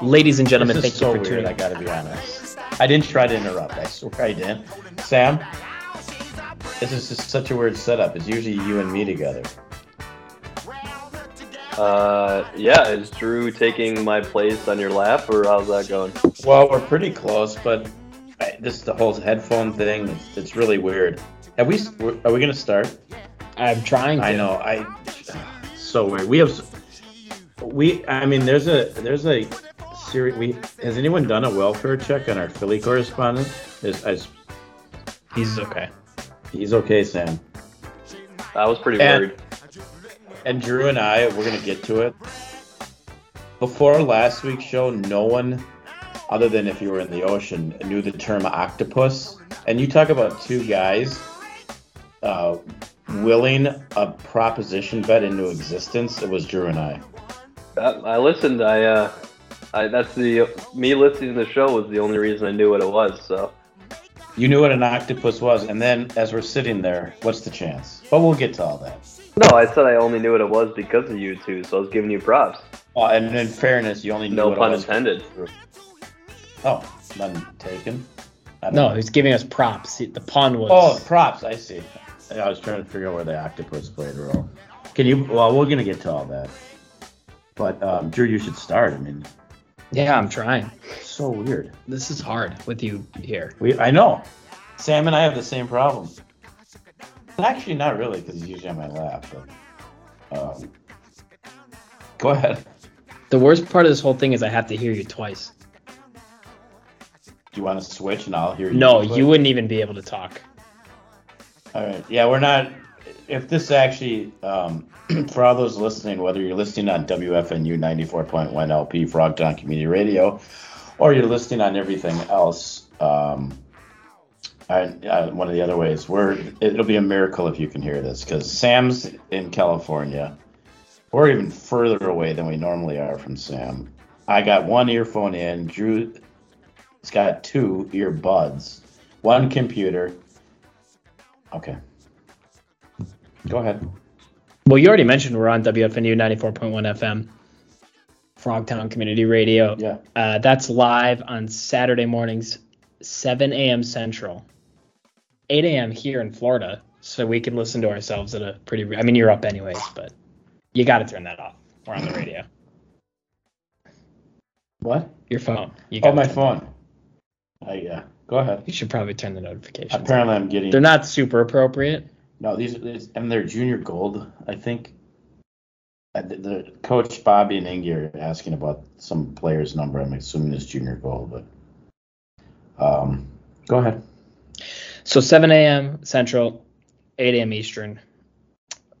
Ladies and gentlemen, this thank is you so for weird. tuning I gotta be honest. I didn't try to interrupt. I swear I didn't. Sam, this is just such a weird setup. It's usually you and me together. Uh, yeah, is Drew taking my place on your lap, or how's that going? Well, we're pretty close, but I, this the whole headphone thing. It's, it's really weird. Have we? s- we're- Are we gonna start? I'm trying to. I know. I so weird. We have s- we. I mean, there's a there's a series. We has anyone done a welfare check on our Philly correspondent? Is I s He's okay. he's okay, Sam. I was pretty And- worried. And Drew and I, we're gonna get to it. Before last week's show, no one, other than if you were in the ocean, knew the term octopus. And you talk about two guys uh, willing a proposition bet into existence. It was Drew and I. I, I listened. I, uh, I that's the me listening to the show was the only reason I knew what it was. So You knew what an octopus was, and then as we're sitting there, what's the chance? But we'll get to all that. no, I said I only knew what it was because of you two. So I was giving you props. Uh, and in fairness, you only knew No what it pun was- intended. Oh, none taken. I don't No, know. he's giving us props. He- The pun was. Oh, props. I see. I was trying to figure out where the octopus played a role. Can you? Well, we're gonna get to all that. But um, Drew, you should start. I mean, yeah, I'm trying. so weird. This is hard with you here. We, I know. Sam and I have the same problem. Actually, not really, because he's usually on my lap. But um, go ahead. The worst part of this whole thing is I have to hear you twice. Do you want to switch, and I'll hear you? No, quick? you wouldn't even be able to talk. All right. Yeah, we're not. If this actually, um, for all those listening, whether you're listening on WFNU 94.1 LP Frogtown Community Radio, or you're listening on everything else, um, and, uh, one of the other ways, we're it'll be a miracle if you can hear this because Sam's in California. We're even further away than we normally are from Sam. I got one earphone in. Drew's got two earbuds, one computer. Okay. Go ahead. Well, you already mentioned we're on WFNU 94.1 FM, Frogtown Community Radio. Yeah. Uh, that's live on Saturday mornings, 7 a.m. Central, 8 a.m. here in Florida, so we can listen to ourselves at a pretty. I mean, you're up anyways, but you got to turn that off. We're on the radio. What? Your phone. You Oh, gotta my turn- phone. I yeah. Go ahead. You should probably turn the notifications. Apparently, I'm getting They're not super appropriate. no. These, these and they're junior gold. I think. Uh, The, the coach Bobby and Inge are asking about some player's number. I'm assuming it's junior gold, but. Um, go ahead. So 7 a.m. Central, 8 a.m. Eastern,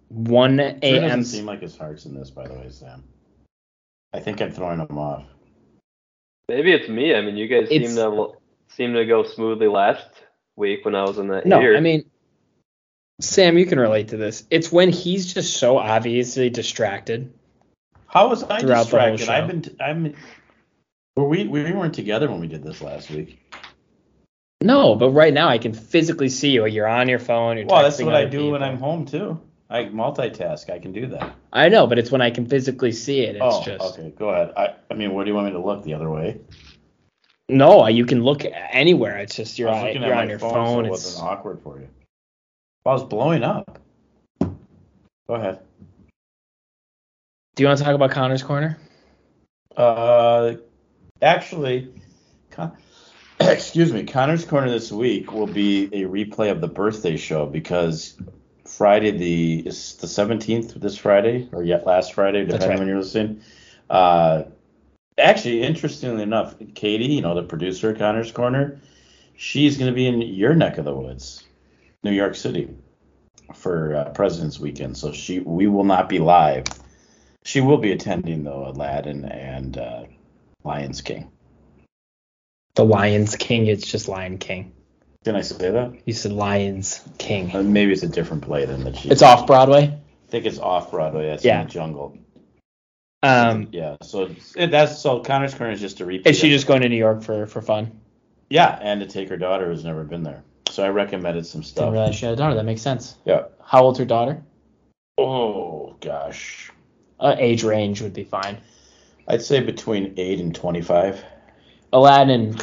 1 Sure a.m. doesn't seem like his heart's in this, by the way, Sam. I think I'm throwing him off. Maybe it's me. I mean, you guys It's- seem to seem to go smoothly last week when I was in that No, ear. I mean, Sam, you can relate to this. It's when he's just so obviously distracted. How was I Throughout the whole distracted? show. I've been. T- I'm. Were we? We weren't together when we did this last week. No, but right now I can physically see you. You're on your phone. You're Well, that's texting what I other do when people. I'm home too. I multitask. I can do that. I know, but it's when I can physically see it. It's oh, just okay. Go ahead. I, I mean, where do you want me to look? The other way? no. You can look anywhere. It's just you're I was on looking you're at on my your phone. so it it's wasn't awkward for you. I was blowing up. Go ahead. do you want to talk about Connor's corner? Uh, actually, Con- excuse me. Connor's corner this week will be a replay of the birthday show because Friday the is the seventeenth this Friday or yet last Friday, That's depending right. on when you're listening. Uh, actually, interestingly enough, Katie, you know the producer of Connor's corner, she's going to be in your neck of the woods, New York City, for uh, President's Weekend. So she we will not be live. She will be attending though Aladdin and uh, Lions King. The Lions King. It's just Lion King. Did I say that? You said Lions King. Uh, maybe it's a different play than that. She. It's off Broadway. I think it's off Broadway. That's Yeah. in the jungle. Um, Yeah. So it's- it, that's so Connor's Corner is just a repeat. is she of- just going to New York for for fun? Yeah, and to take her daughter who's never been there. So I recommended some Didn't stuff. realize she had a daughter. That makes sense. Yeah. How old's her daughter? Oh gosh. Uh, age range would be fine. I'd say between eight and twenty-five. Aladdin.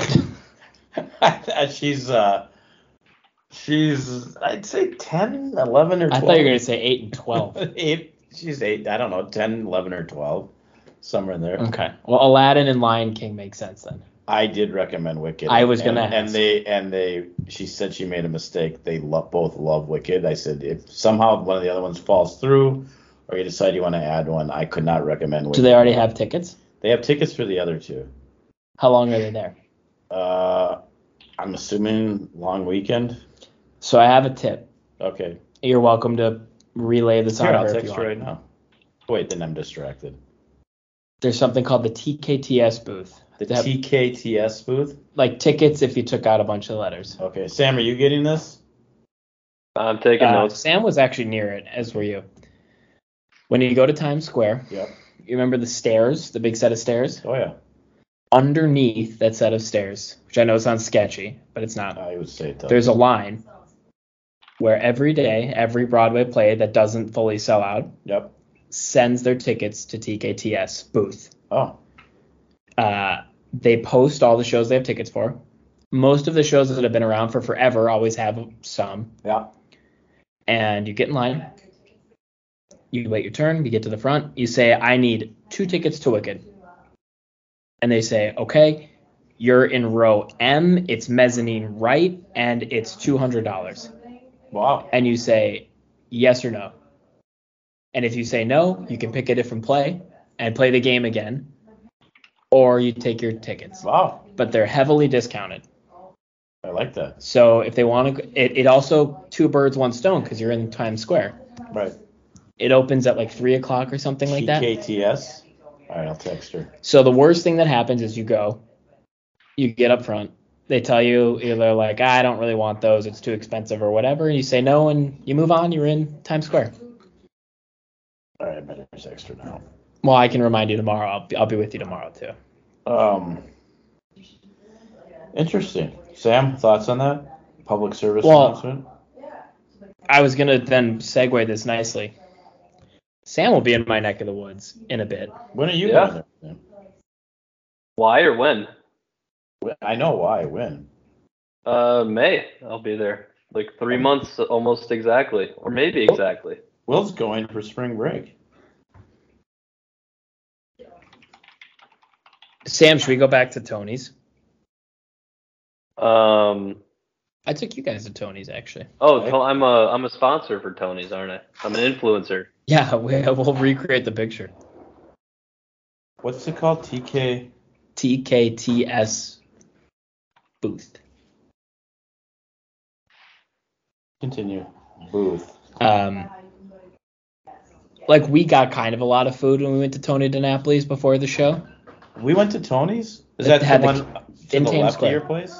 she's uh, she's I'd say 10, 11, or I 12. thought you were gonna say eight and twelve. eight. She's eight. I don't know, 10, 11, or twelve, somewhere in there. okay. Well, Aladdin and Lion King make sense then. I did recommend Wicked. I was gonna and, ask. and they and they. She said she made a mistake. They lo- both love Wicked. I said if somehow one of the other ones falls through, or you decide you want to add one, I could not recommend. Wicked. Do they already have tickets? They have tickets for the other two. How long are they there? Uh, I'm assuming long weekend. So I have a tip. Okay. You're welcome to relay this on Here, I'll over if you text you want. right now. Wait, then I'm distracted. There's something called the TKTS booth. The They have, TKTS booth. like tickets if you took out a bunch of letters. Okay, Sam, are you getting this? I'm taking Uh, notes. Sam was actually near it, as were you. When you go to Times Square, Yep. you remember the stairs, the big set of stairs? Oh yeah. Underneath that set of stairs, which I know sounds sketchy, but it's not. I would say it does. there's a line where every day, every Broadway play that doesn't fully sell out Yep. sends their tickets to TKTS booth. Oh. Uh, they post all the shows they have tickets for. Most of the shows that have been around for forever always have some. Yeah. And you get in line. You wait your turn. You get to the front. You say, I need two tickets to Wicked. And they say, okay, you're in row M. It's mezzanine right, and it's $200 Wow. and you say yes or no. And if you say no, you can pick a different play and play the game again, or you take your tickets. Wow. But they're heavily discounted. I like that. So if they want to, it, it also two birds, one stone because you're in Times Square. Right. It opens at like three o'clock or something like that. TKTS. All right, I'll text her. So the worst thing that happens is you go, you get up front. They tell you either like I don't really want those, it's too expensive or whatever, and you say no and you move on. You're in Times Square. All right, I better text her now. Well, I can remind you tomorrow. I'll be, I'll be with you tomorrow too. Um, interesting. Sam, thoughts on that? Public service Well- announcement. I was gonna then segue this nicely. Sam will be in my neck of the woods in a bit. When are you Yeah. going there? Sam? Why or when? When- I know why. When? Uh, May. I'll be there. Like three months, almost exactly, or maybe exactly. Will's going for spring break. Sam, should we go back to Tony's? Um. I took you guys to Tony's actually. Oh, Okay. Ton- I'm a I'm a sponsor for Tony's, aren't I? I'm an influencer. Yeah, we, we'll recreate the picture. What's it called? TK. TKTS booth. Continue. Booth. Um, like we got kind of a lot of food when we went to Tony DiNapoli's before the show. We went to Tony's. Is It that the had the one ki- to in the Times left Square. of your place?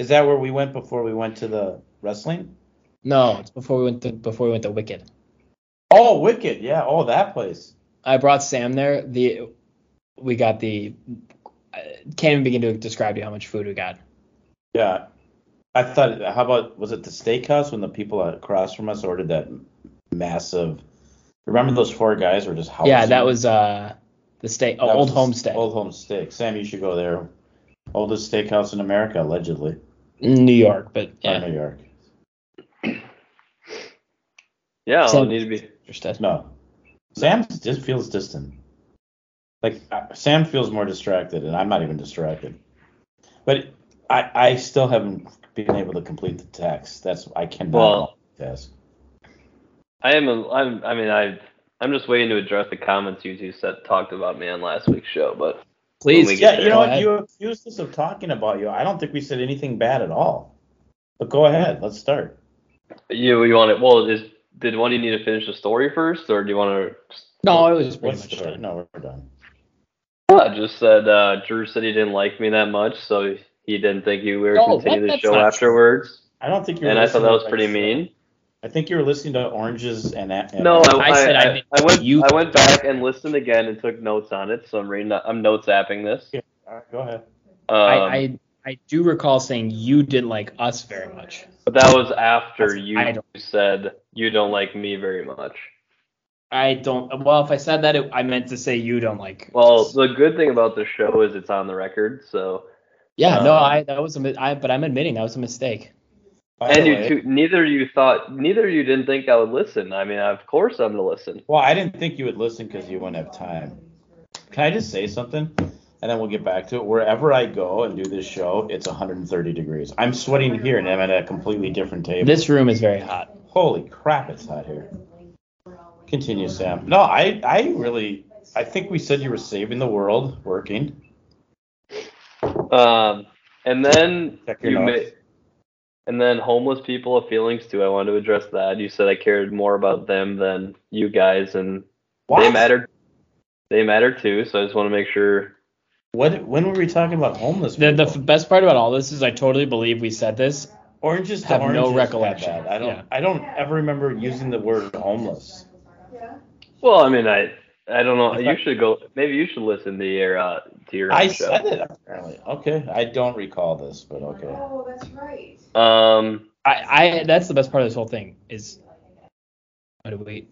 Is that where we went before we went to the wrestling? No, it's before we went to before we went to Wicked. Oh, Wicked. Yeah. Oh, that place. I brought Sam there. The we got the I can't even begin to describe to you how much food we got. Yeah. I thought, how about, was it the steakhouse when the people across from us ordered that massive? Remember those four guys were just housing? Yeah, that was uh the state That oh, old was homestead, Old Homestead. Sam, you should go there. Oldest steakhouse in America, allegedly. New York, but Or yeah, New York. Yeah, I'll Same. need to be. interested. No. Sam just feels distant. Like uh, Sam feels more distracted, and I'm not even distracted. But I, I still haven't been able to complete the text. That's I cannot Well- multitask. I am. A, I'm. I mean, I. I'm just waiting to address the comments you two said talked about me on last week's show, but Please, When we Yeah, you know Go what? ahead. You accused us of talking about you. I don't think we said anything bad at all. But go ahead. Let's start. you you want it? Well, is did one of you need to finish the story first, or do you want to? no, it was pretty What's much the- done. No, we're done. I just said uh, Drew said he didn't like me that much, so he didn't think you were Oh, what? continuing the That's show not true. afterwards, I don't think you. were and I thought listening that was to pretty myself. mean. I think you were listening to oranges and. and No, I, I said I I, I, meant went. you- I went back and listened again and took notes on it. So I'm reading. I'm notes apping this. All right, go ahead. Um, I, I I do recall saying you didn't like us very much. but that was after you I don't- said you don't like me very much. I don't. Well, if I said that, it, I meant to say you don't like. Her. Well, the good thing about the show is it's on the record, so. yeah, no, uh, um, I that was a mi- I, but I'm admitting that was a mistake. By And the you way- two, neither you thought, neither you didn't think I would listen. I mean, of course I'm gonna listen. Well, I didn't think you would listen because you wouldn't have time. Can I just say something? And then we'll get back to it. Wherever I go and do this show, it's 130 degrees. I'm sweating here and I'm at a completely different table. This room is very hot. Holy crap, it's hot here. Continue, Sam. No, I, I really, I think we said you were saving the world working. Um, and then Check your you notes. ma- and then homeless people of feelings too. I wanted to address that. You said I cared more about them than you guys, and they What? matter. They matter too. So I just want to make sure. What? When were we talking about homeless? The the people? f- best part about all this is I totally believe we said this. oranges to have no oranges had recollection. that. I don't. Yeah. I don't ever remember using the word homeless. Well, I mean, I I don't know. If You I- should go. Maybe you should listen to your uh, to your own I show. said it apparently. Okay, I don't recall this, but okay. Oh, that's right. Um, I I that's the best part of this whole thing is. What do we?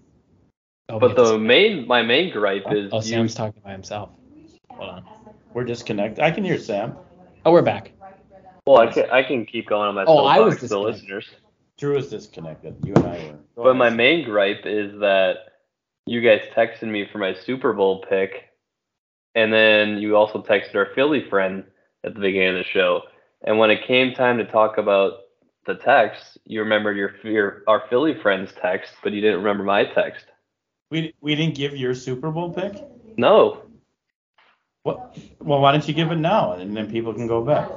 Oh, but we- the main my main gripe is oh, you Sam's talking by himself. Hold on. We're disconnected. I can hear Sam. Oh, we're back. Well, I can, I can keep going on my Oh, I was soapbox to the disconnected. listeners. Drew is disconnected. You and I were. But my main gripe is that you guys texted me for my Super Bowl pick, and then you also texted our Philly friend at the beginning of the show. And when it came time to talk about the text, you remembered your, your our Philly friend's text, but you didn't remember my text. we we didn't give your Super Bowl pick. No, What? Well, why don't you give it now, and then people can go back.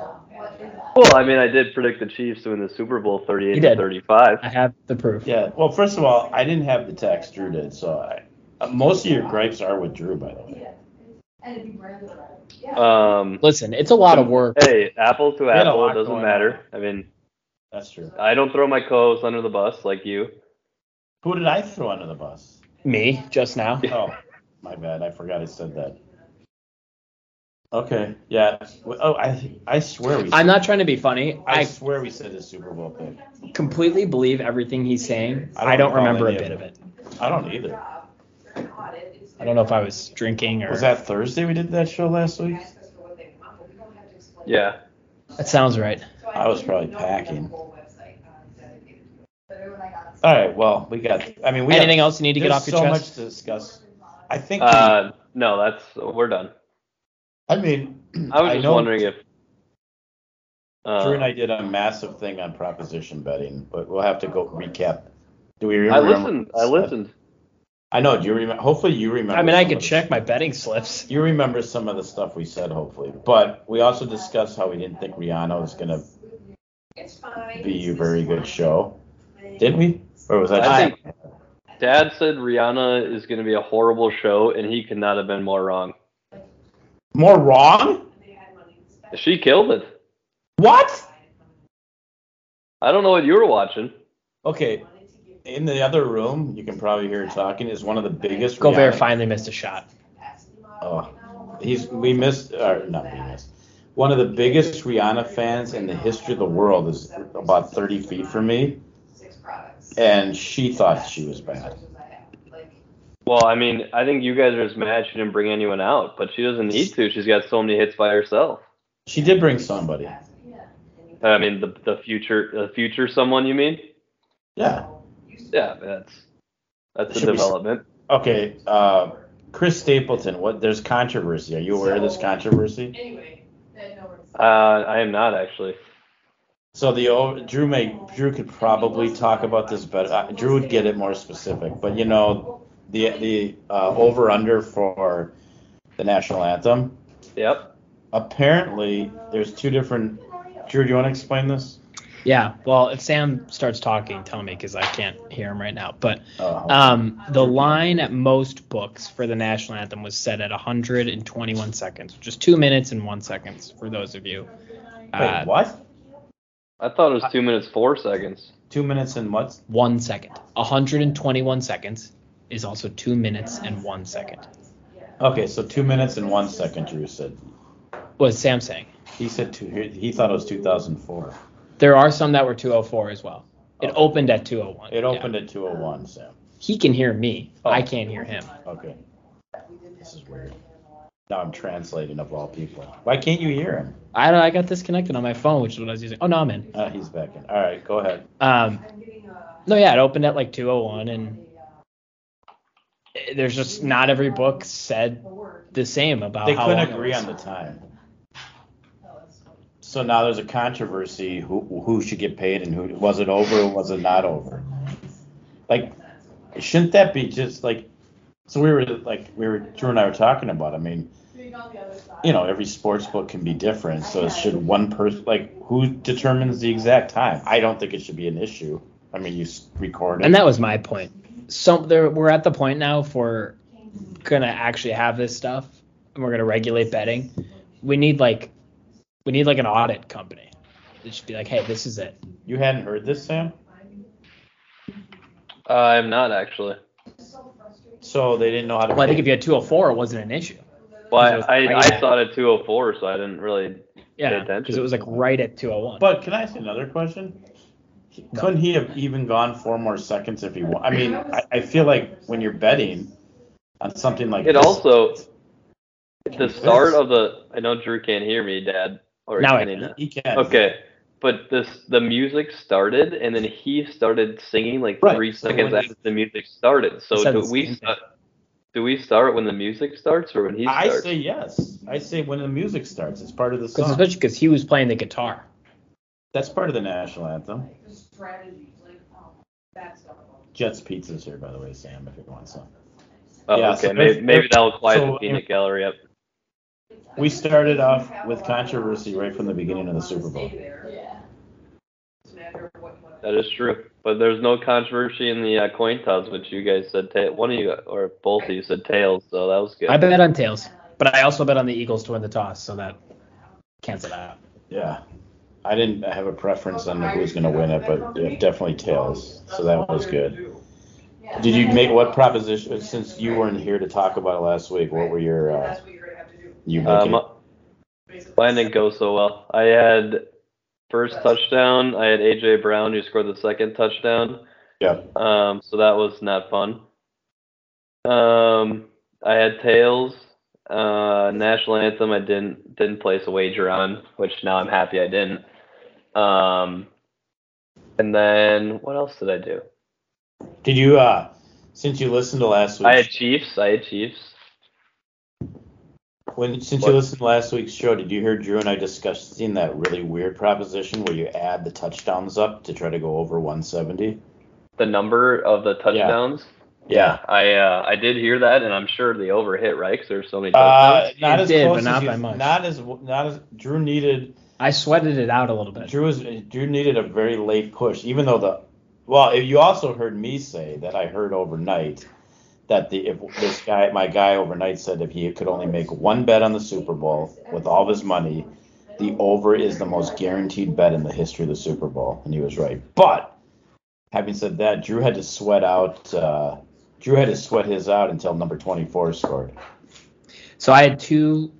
well, I mean, I did predict the Chiefs to win the Super Bowl, You thirty-eight to did. thirty-five. I have the proof. Yeah. Well, first of all, I didn't have the text. Drew did, so I. uh, Most of your gripes are with Drew, Oh. by the way. And it'd be brand new. Uh, Um, Listen, it's a lot of work. hey, apple to had a apple, lot it doesn't going matter. I mean. That's true. I don't throw my co-host under the bus like you. Who did I throw under the bus? Me just now. Oh, my bad. I forgot I said that. Okay. Yeah. Oh, I I swear we. I'm not trying to be funny. I I swear we said his Super Bowl pick. completely believe everything he's saying. I don't I don't recall remember a any of bit of it. it. I don't either. I don't know if I was drinking or. Was that Thursday we did that show last week? Yeah. That sounds right. I was probably packing. uh, All right. Well, we got. I mean, we Anything have, else you need to get there's off your so chest? much to discuss. I think. Uh, no, that's we're done. we, I mean, I was just know wondering if. Uh, Drew and I did a massive thing on proposition betting, but we'll have to go recap. Do we I remember? listened. I listened. I know. Do you remember? Hopefully, you remember. I mean, I some could of the- check my betting slips. You remember some of the stuff we said, hopefully. But we also discussed how we didn't think Rihanna was gonna It's fine. be a very good show, didn't we? Or was that? I think Dad said Rihanna is going to be a horrible show, and he could not have been more wrong. more wrong? She killed it. What? I don't know what you were watching. Okay. In the other room, you can probably hear her talking. Is one of the biggest. Gobert Rihanna- finally missed a shot. Oh, he's we missed. Or not we missed. One of the biggest Rihanna fans in the history of the world is about 30 feet from me, Six products. and she thought she was bad. Well, I mean, I think you guys are just mad she didn't bring anyone out, but she doesn't need to. She's got so many hits by herself. She did bring somebody. Uh, I mean, the the future, the future someone you mean? Yeah. Yeah, that's that's a Should we- development. Okay. Uh, Chris Stapleton. What? There's controversy. Are you aware of this controversy? Anyway, then no one's. Uh, I am not actually. So the old, Drew may Drew could probably talk about this better. Uh, Drew would get it more specific, but you know the the uh, over under for the national anthem. Yep. Apparently, there's two different. Drew, do you want to explain this? Yeah. Well, if Sam starts talking, tell me because I can't hear him right now. But Uh, um, the line at most books for the national anthem was set at 121 seconds, which is two minutes and one seconds for those of you. wait, Uh, what? I thought it was two minutes four seconds. Two minutes and what? one second. 121 seconds is also two minutes and one second. Okay, so two minutes and one second. Drew said Was Sam saying? he said two. He he thought it was 2004. There are some that were 204 as well. It opened at 201. It opened Oh. at 201, Sam. He can hear me. Oh. I can't hear him. Okay. This is weird. Now I'm translating of all people. Why can't you hear him? I I got disconnected on my phone, which is what I was using. Oh no, I'm in. Ah, he's back in. All right, go ahead. Um, I'm getting a. no, yeah, it opened at like 2:01, and a, uh, there's just not every book said The word. the same about They Uh, how couldn't long it agree was. on the time. No, it's- So now there's a controversy who who should get paid and who was it over or was it not over? Like shouldn't that be just like so we were like we were Drew and I were talking about. I mean, Read on the other side. you know, every sports book can be different. So it should one person like who determines the exact time? I don't think it should be an issue. I mean, you s- record it. And that was my point. So there, we're at the point now if we're gonna actually have this stuff and we're gonna regulate betting. We need like, we need like an audit company. It should be like, hey, this is it. you hadn't heard this, Sam? Uh, I'm not actually. So they didn't know how to. Well, I think pay. if you had 204, it wasn't an issue. Well, I, I, I saw it at 204, so I didn't really. Yeah, Pay attention. because it was like right at 201. But can I ask another question? He- No. Couldn't he have even gone four more seconds if he won? I mean, I, I feel like when you're betting on something like It this, also, the start of the. I know Drew can't hear me, Dad. Or Now I can he can. he can. Okay, but this the music started, and then he started singing like Right, three so seconds when- after the music started. He So said do the we same start, do we start when the music starts or when he I starts? say yes. I say when the music starts, it's part of the Because song. especially because he was playing the guitar. That's part of the national anthem. The strategies, like, um, that's. all. Jets Pizza's here, by the way, Sam, if you want some. Uh, oh, yeah, okay, so maybe, if- maybe if- that'll quiet so the peanut if- gallery up. We started off with controversy right from the beginning of the Super Bowl. Stay there. Yeah. It's a matter of what- what- That is true, but there's no controversy in the uh, coin toss, which you guys said ta- one of you or both of you said tails, so that was good. I bet on tails, but I also bet on the Eagles to win the toss, so that canceled out. Yeah. I didn't have a preference on who's going to win it, but yeah, definitely tails. So that was good. Yeah. Did you make what proposition? Since you weren't here to talk about it last week, what were your uh, That's what you're gonna have to do. Uh, you Um, making? basically. Mine didn't go so well. I had first touchdown. I had AJ Brown who scored the second touchdown. Yeah. Um, so that was not fun. Um, I had tails. Uh, national anthem. I didn't didn't place a wager on, which now I'm happy I didn't. Um, and then what else did I do? Did you uh since you listened to last week? I had Chiefs. I had Chiefs. When since What? you listened to last week's show, did you hear Drew and I discussing that really weird proposition where you add the touchdowns up to try to go over 170? The number of the touchdowns. Yeah. I uh, I did hear that, and I'm sure the over hit right because there's so many touchdowns. Uh, not It as did, close but not as you- by much. Not as not as Drew needed. I sweated it out a little bit. Drew was Drew needed a very late push, even though the. Well, you also heard me say that I heard overnight that the if this guy my guy overnight said if he could only make one bet on the Super Bowl with all of his money, the over is the most guaranteed bet in the history of the Super Bowl, and he was right. But having said that, Drew had to sweat out. Uh, Drew had to sweat his out until number 24 scored. So I had two,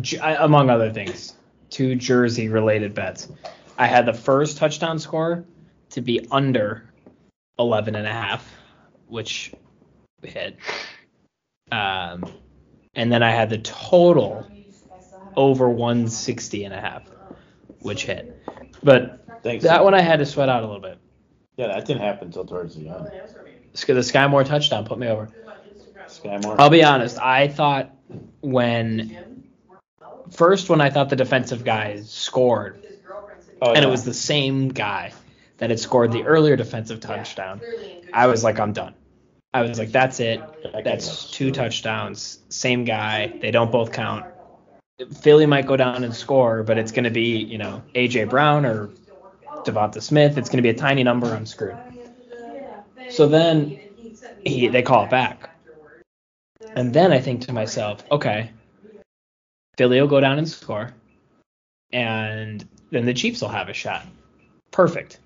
ju- I- among other things, two jersey related bets. I had the first touchdown score to be under 11 and a half, which hit. Um, and then I had the total over 160 and a half, Oh, which hit. But Thanks. that one I had to sweat out a little bit. Yeah, that didn't happen until towards the end. Sc- The Skymore touchdown put me over. Sky Moore. I'll be honest. I thought when first when I thought the defensive guy scored, Oh, and yeah. it was the same guy that had scored the earlier defensive touchdown, I was like, I'm done. I was like, that's it. I can't That's two touchdowns, same guy. They don't both count. Philly might go down and score, but it's going to be, you know, AJ Brown or Devonta Smith. It's going to be a tiny number. I'm screwed. So then he, they call it back. And then I think to myself, okay, Philly will go down and score, and then the Chiefs will have a shot. Perfect.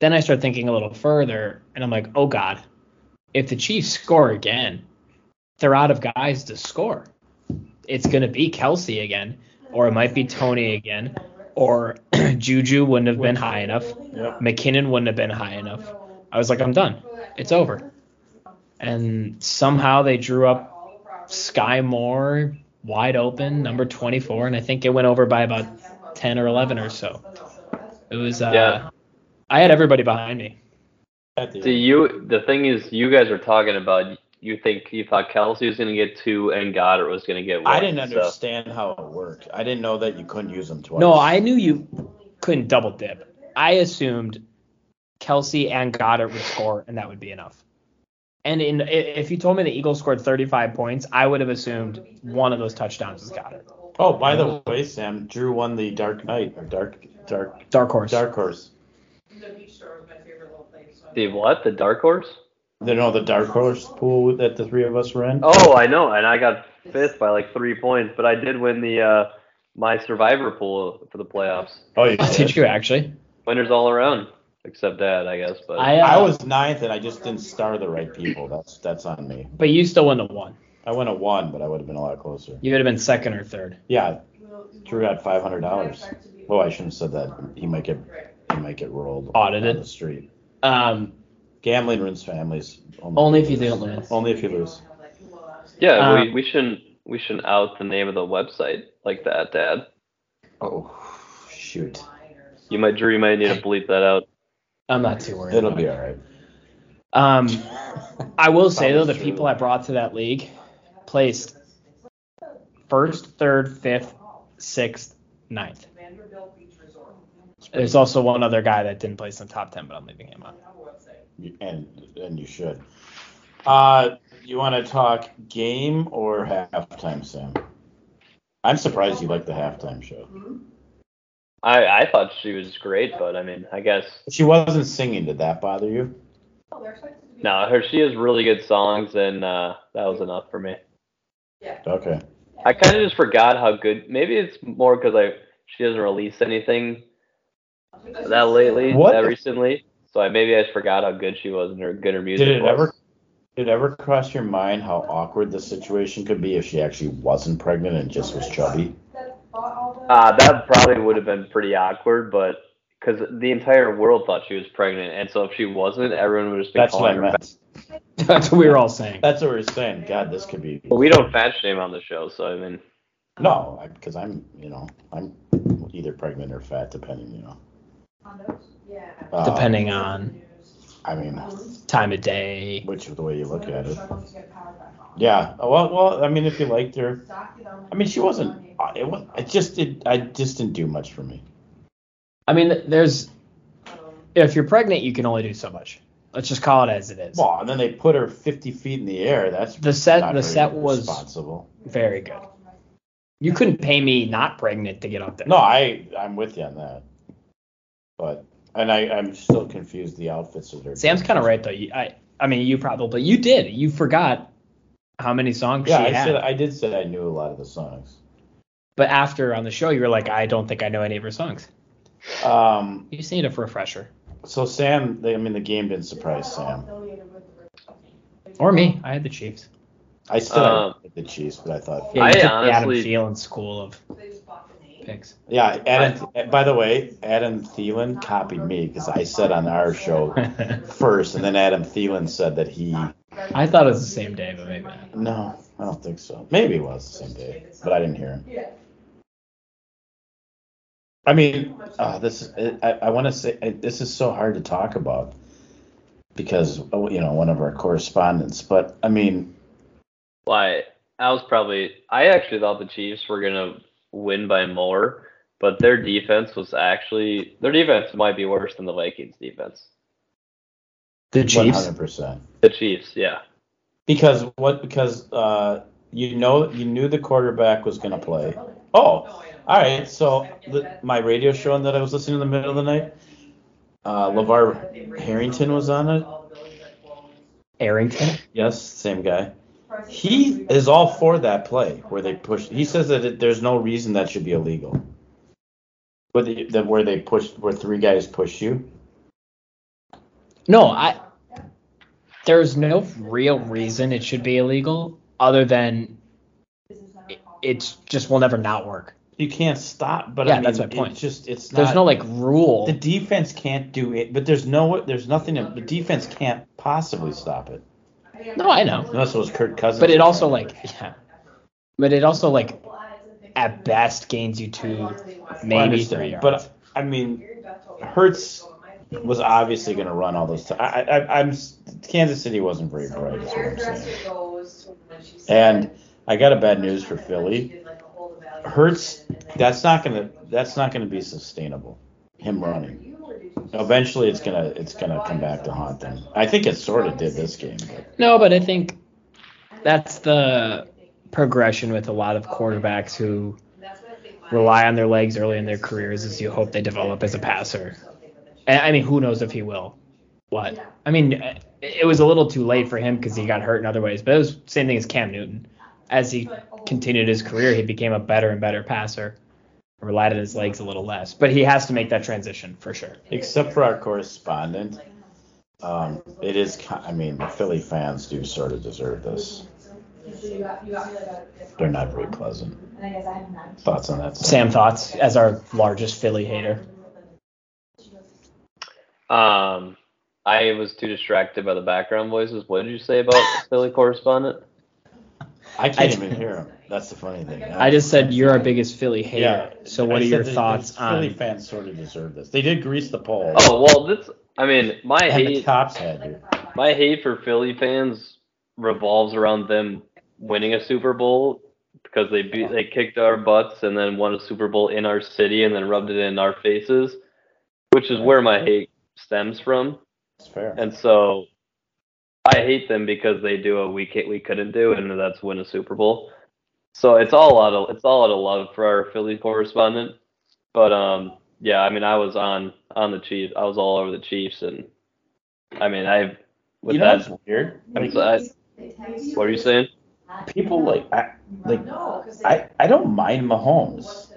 Then I start thinking a little further, and I'm like, oh God, if the Chiefs score again, they're out of guys to score. It's going to be Kelsey again, or it might be Tony again, or Juju wouldn't have been high enough. Yep. McKinnon wouldn't have been high enough. I was like, I'm done. It's over. and somehow they drew up All the property. Sky Moore wide open, number 24, and I think it went over by about 10 or 11 or so. It was. Uh, Yeah. I had everybody behind me. At the So you, the thing is, you guys are talking about. You think you thought Kelsey was going to get two and Goddard was going to get one. I didn't so- understand how it worked. I didn't know that you couldn't use them twice. No, I knew you couldn't double dip. I assumed Kelsey and Goddard would score, and that would be enough. And in, i- if you told me the Eagles scored 35 points, I would have assumed one of those touchdowns was Goddard. Oh, by the way, Sam, Drew won the Dark Knight or Dark Dark Dark horse. Dark Horse. The beach store was my favorite little place. so I- The what? The dark horse? You know the Dark Horse pool that the three of us were in. Oh, I know, and I got fifth by like three points, but I did win the uh, my survivor pool for the playoffs. Oh, you Did you actually? Winners all around, except Dad, I guess. But I, uh, I was ninth, and I just didn't star the right people. That's that's on me. but you still wouldn't have won. I went a one, but I would have been a lot closer. You would have been second or third. Yeah, Well, it's Drew got five hundred dollars. Oh, I shouldn't have said that. He might get Right. he might get rolled Audited. on the street. Um, Gambling ruins families. only if you didn't lose. Only if you lose. yeah, uh, um, we, we shouldn't we shouldn't out the name of the website like that, Dad. Oh, shoot. You might Drew, you might need to bleep that out. I'm not too worried. It'll about be it. all right. Um, I will say though, Probably the true. people I brought to that league placed first, third, fifth, sixth, ninth. Vanderbilt Beach Resort. There's also one other guy that didn't place in the top ten, but I'm leaving him out. On our website. You- and and you should. Uh, you want to talk game or halftime, Sam? I'm surprised you like the halftime show. Hmm? I I thought she was great, but I mean, I guess She wasn't singing. Did that bother you? Oh, they're supposed to be- no, her she has really good songs, and uh, that was enough for me. Yeah. Okay. I kind of just forgot how good. Maybe it's more because I she doesn't release anything that lately, What? that recently. So I, maybe I just forgot how good she was and her good her music. Did it was. ever? Did it ever cross your mind how awkward the situation could be if she actually wasn't pregnant and just was chubby? That bought all the- Uh, that probably would have been pretty awkward, but because the entire world thought she was pregnant, and so if she wasn't, everyone would just be That's what calling I her. fat. meant. That's what we were all saying. That's what we we're saying. God, this could be. But we don't fat shame on the show, so I mean, No, because I'm, you know, I'm either pregnant or fat, depending, you know. On those? Yeah. Uh, Depending on I mean, time of day. which of the way you look at it. Yeah. Well, well, I mean, if you liked her, I mean, she wasn't. uh, It was. It just. It. I just didn't do much for me. I mean, there's if you're pregnant, you can only do so much. Let's just call it as it is. Well, and then they put her 50 feet in the air. That's The set- not the very set was- responsible. Very good. You couldn't pay me not pregnant to get up there. No, I. I'm with you on that. But and I. I'm still confused. The outfits that are. Sam's kind of right though. You, I I mean, you probably you did. You forgot how many songs Yeah, she I had. said. I did say I knew a lot of the songs. But after on the show, you were like, I don't think I know any of her songs. Um. You just need a refresher. So Sam. They, I mean, the game didn't surprise Sam. Or me. I had the Chiefs. I still Um, had the Chiefs, but I thought. Yeah, I you took honestly- the Adam Thielen school of They just bought the name. picks. Yeah, Adam. By the way, Adam Thielen copied me because I said on our show I first, and then Adam Thielen said that he. thought it was the same day, but maybe not. No, I don't think so. Maybe it was the same day, but I didn't hear him. Yeah. I mean, uh, this is, I, I want to say I, this is so hard to talk about because oh, you know one of our correspondents, but I mean, why? I was probably. I actually thought the Chiefs were gonna win by more, but their defense was actually their defense might be worse than the Vikings' defense. The one Chiefs. hundred percent. The Chiefs, yeah. Because what? Because uh, you know, you knew the quarterback was going to play. Oh, No, I don't. All right, so the, my radio show that I was listening to in the middle of the night, uh, LeVar Harrington was on it. Arrington. Yes, same guy. He is all for that play where they push. He says that it, there's no reason that should be illegal. Where they, that where they push, where three guys push you. No, I. There's no real reason it should be illegal other than it, it's just will never not work. You can't stop. But Yeah, I mean, that's my It point. just it's There's not- no like rule. the defense can't do it. But there's no there's nothing. The defense can't possibly stop it. No, I know. Unless it was Kirk Cousins. But it also like yeah. But it also like at best gains you two, I maybe understand, three yards. But I mean, Hurts was obviously going to run all those. T- I, I, I'm s- Kansas City wasn't very bright. Is what I'm saying. And I got a bad news for Philly. Hurts, That's not gonna. That's not gonna be sustainable. Him running. Eventually, it's gonna. It's gonna come back to haunt them. I think it sort of did this game. But no, but I think that's the progression with a lot of quarterbacks who rely on their legs early in their careers is you hope they develop as a passer. And I mean, who knows if he will? What? I mean, it- it was a little too late for him because he got hurt in other ways. But it was same thing as Cam Newton. As he oh, continued his career, he became a better and better passer. Relied on his legs a little less, but he has to make that transition for sure. except for our correspondent, um, it is. ki- I mean, the Philly fans do sort of deserve this. They're not very pleasant. Thoughts on that? Sam thoughts as our largest Philly hater. Um, I was too distracted by the background voices. What did you say about the Philly correspondent? I can't I- even hear him. That's the funny thing. I just said you're our biggest Philly hater. so what I are said your the- the thoughts Philly on? fans sort of deserve this. They did grease the pole. Oh well, this. I mean, my and the hate, cops had you. my hate for Philly fans revolves around them winning a Super Bowl because they beat, they kicked our butts and then won a Super Bowl in our city and then rubbed it in our faces, which is where my hate stems from. It's fair. And so I hate them because they do what we can't, we couldn't do, and that's win a Super Bowl. So it's all out of it's all out of love for our Philly correspondent. But um, yeah, I mean, I was on on the Chiefs. I was all over the Chiefs, and I mean, I with you know that. what's weird? I'm Like, sorry, what are you saying? people like I, like No, I I don't mind Mahomes.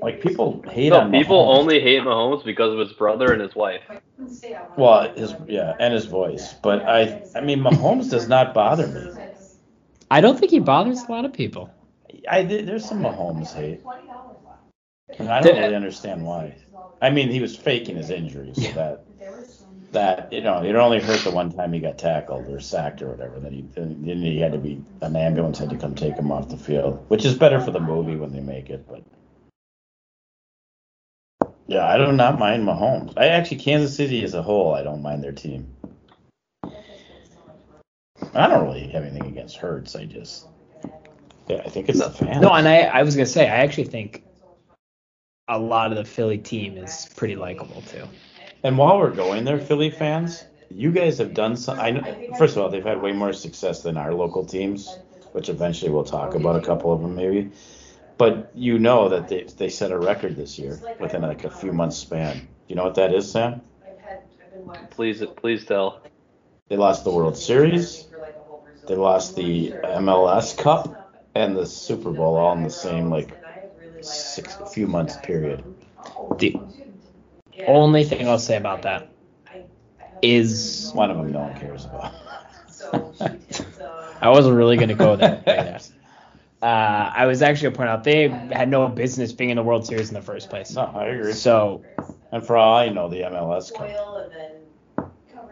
Like people hate No, on people Mahomes. only hate Mahomes because of his brother and his wife. Well, his yeah, and his voice. But I I mean Mahomes does not bother me. I don't think he bothers a lot of people. I there's some Mahomes hate, and I don't really understand why. I mean he was faking his injury, so Yeah. that that you know it only hurt the one time he got tackled or sacked or whatever. Then he then he had to be an ambulance had to come take him off the field, which is better for the movie when they make it. But yeah, I do not mind Mahomes. I actually Kansas City as a whole, I don't mind their team. I don't really have anything against Hurts. I just yeah, I think it's the fans. No, and I, I was gonna say I actually think a lot of the Philly team is pretty likable too. And while we're going there, Philly fans, you guys have done some. I know, first of all, they've had way more success than our local teams, which eventually we'll talk about a couple of them maybe. But you know that they they set a record this year within like a few months span. You know what that is, Sam? Please, please tell. They lost the World Series, they lost the MLS Cup, and the Super Bowl all in the same like six few months period. The only thing I'll say about that is One of them no one cares about. I wasn't really gonna go there. right there. Uh, I was actually gonna point out they had no business being in the World Series in the first place. No, I agree. So And for all I know, the MLS Cup.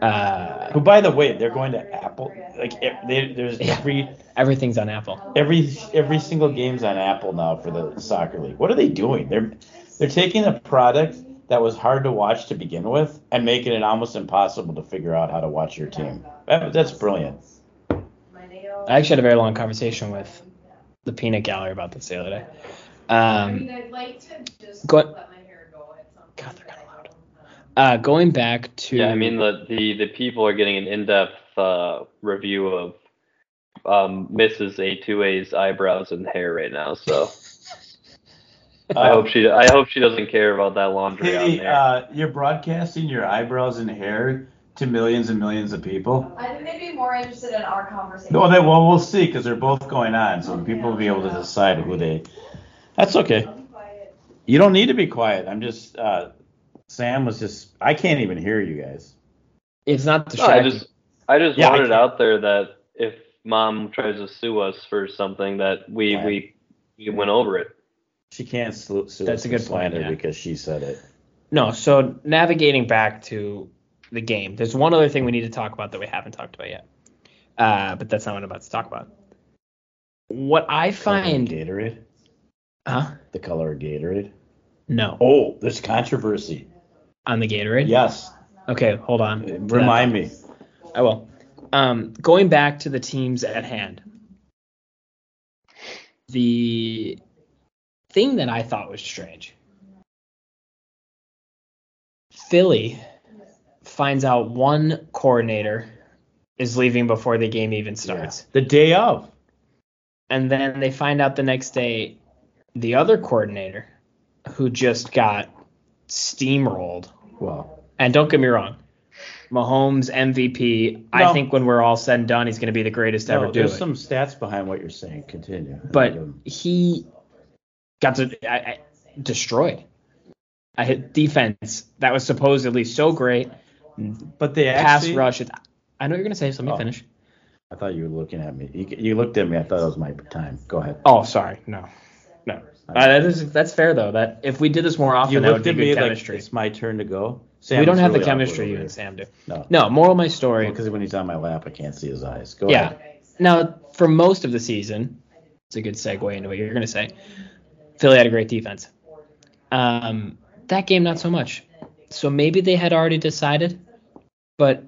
uh, Who, by the way, they're going to Apple. Like, if they, there's Yeah. every everything's on Apple. every every single game's on Apple now for the soccer league. What are they doing? They're they're taking a product that was hard to watch to begin with and making it almost impossible to figure out how to watch your team. That, that's brilliant. I actually had a very long conversation with the Peanut Gallery about this the other day. Um, I'd like to just go- let my hair go at some God, they're kinda point, but I loud. don't, Uh, um, going back to Yeah, I mean the the, the people are getting an in-depth uh, review of um, Mrs. A2A's eyebrows and hair right now. So I hope she I hope she doesn't care about that laundry on Hey, there. uh, you're broadcasting your eyebrows and hair to millions and millions of people. Um, I think they'd be more interested in our conversation. Well, they, well, we'll see because they're both going on, so people will be able to decide who they. That's okay. I'm quiet. You don't need to be quiet. I'm just uh Sam was just I can't even hear you guys. it's not No, I distracting. just I just Yeah, I wanted can't- out there that if mom tries to sue us for something that we Right. we we went over it. She can't sue, sue That's us a for good point, slander yeah. because she said it. no, so navigating back to the game, there's one other thing we need to talk about that we haven't talked about yet. Uh, but that's not what I'm about to talk about. What I find, Gatorade. huh? The color of Gatorade. No, Oh, there's controversy. on the Gatorade. Yes. Okay, hold on. to that. Remind me. I will. Um, going back to the teams at hand, the thing that I thought was strange Philly finds out one coordinator is leaving before the game even starts. The day of. And then they find out the next day the other coordinator who just got steamrolled Well, and don't get me wrong, Mahomes MVP. I No. think when we're all said and done, he's going to be the greatest to ever no, do it. there's some stats behind what you're saying. Continue. um, but he got to I, I, destroyed. I hit defense that was supposedly so great. but they Pass actually, rush. It, I know you're going to say. So let me Oh. finish. I thought you were looking at me. You, you looked at me. I thought it was my time. Go ahead. Oh, sorry. No, no. Uh, that is that's fair though. That if we did this more often, you that would looked be at good me chemistry. like it's my turn to go. we don't have Sam's really the awkward chemistry you over and here. Sam do. No. No, moral of my story. Because when he's on my lap, I can't see his eyes. Go Yeah. ahead. Now, for most of the season, it's a good segue into what you're going to say. Philly had a great defense. Um, that game, not so much. So maybe they had already decided, but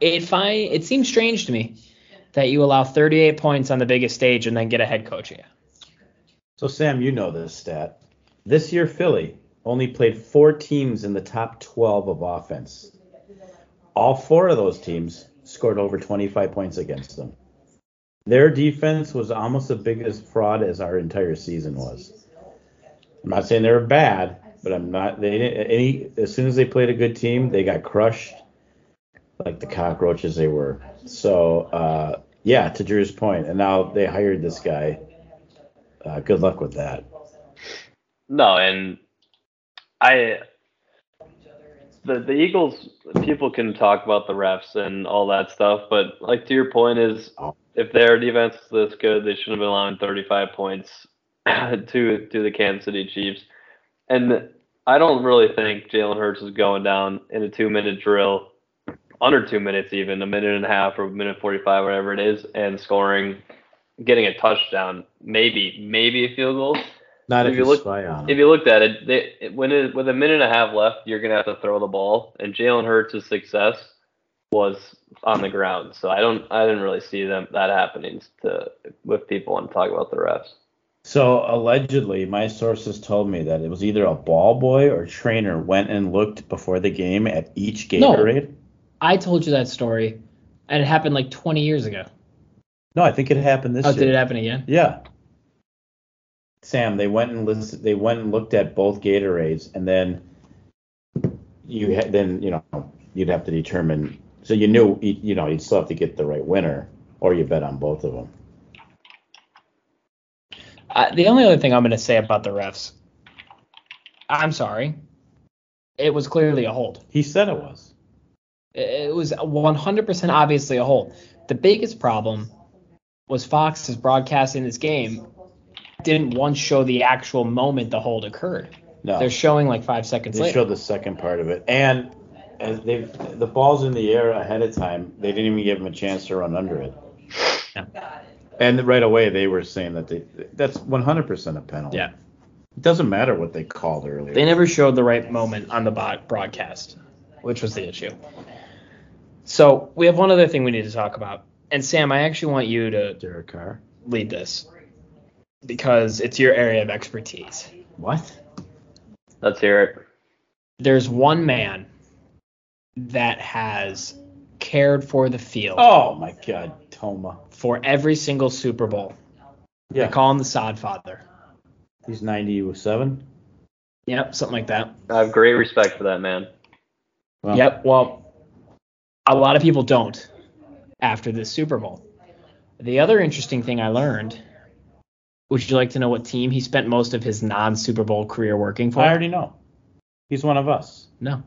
it fi- it seems strange to me that you allow 38 points on the biggest stage and then get a head coach. Yeah. So Sam, you know this stat. This year, Philly only played four teams in the top 12 of offense. All four of those teams scored over 25 points against them. Their defense was almost the biggest fraud as our entire season was. I'm not saying they were bad, but I'm not. They didn't, any as soon as they played a good team, they got crushed like the cockroaches they were. So uh, yeah, to Drew's point, and now they hired this guy. Uh, good luck with that. No, and I the the Eagles people can talk about the refs and all that stuff, but like to your point is if their defense is this good, they should have been allowing 35 points to to the Kansas City Chiefs. And I don't really think Jalen Hurts is going down in a two minute drill, under two minutes even, a minute and a half or a minute 45, whatever it is, and scoring, getting a touchdown, maybe maybe a field goal. Not if, If you you look- spy on If him. you looked at it, they, it- when it, with a minute and a half left, you're gonna have to throw the ball, and Jalen Hurts' success was on the ground. So I don't, I didn't really see them that happening to with people when talking about the refs. So allegedly, my sources told me that it was either a ball boy or trainer went and looked before the game at each No. Gatorade. I told you that story, and it happened like 20 years ago. No, I think it happened this Oh, year. did it happen again? Yeah. Sam, they went and listened, they went and looked at both Gatorades, and then you had then you know you'd have to determine. So you knew you you know you'd still have to get the right winner, or you bet on both of them. Uh, the only other thing I'm going to say about the refs, I'm sorry, it was clearly a hold. He said it was. It it was 100% obviously a hold. The biggest problem was Fox is broadcasting this game didn't once show the actual moment the hold occurred. No, They're showing like five seconds they later. showed the second part of it, and as they the ball's in the air ahead of time. They didn't even give him a chance to run under it. Got it. And right away they were saying that they that's 100% a penalty. yeah, It doesn't matter what they called earlier. they never showed the right moment on the bo- broadcast, which was the issue. So we have one other thing we need to talk about, and Sam, I actually want you to Derek Carr. lead this because it's your area of expertise. What? Let's hear it. There's one man that has cared for the field Oh my God, Toma. for every single Super Bowl. Yeah, They call him the sod father. he's 97. Yep, something like that. I have great respect for that man. Well, Yep. Well, a lot of people don't after this Super Bowl. The other interesting thing I learned. Would you like to know what team he spent most of his non-Super Bowl career working for? I already know. He's one of us. no.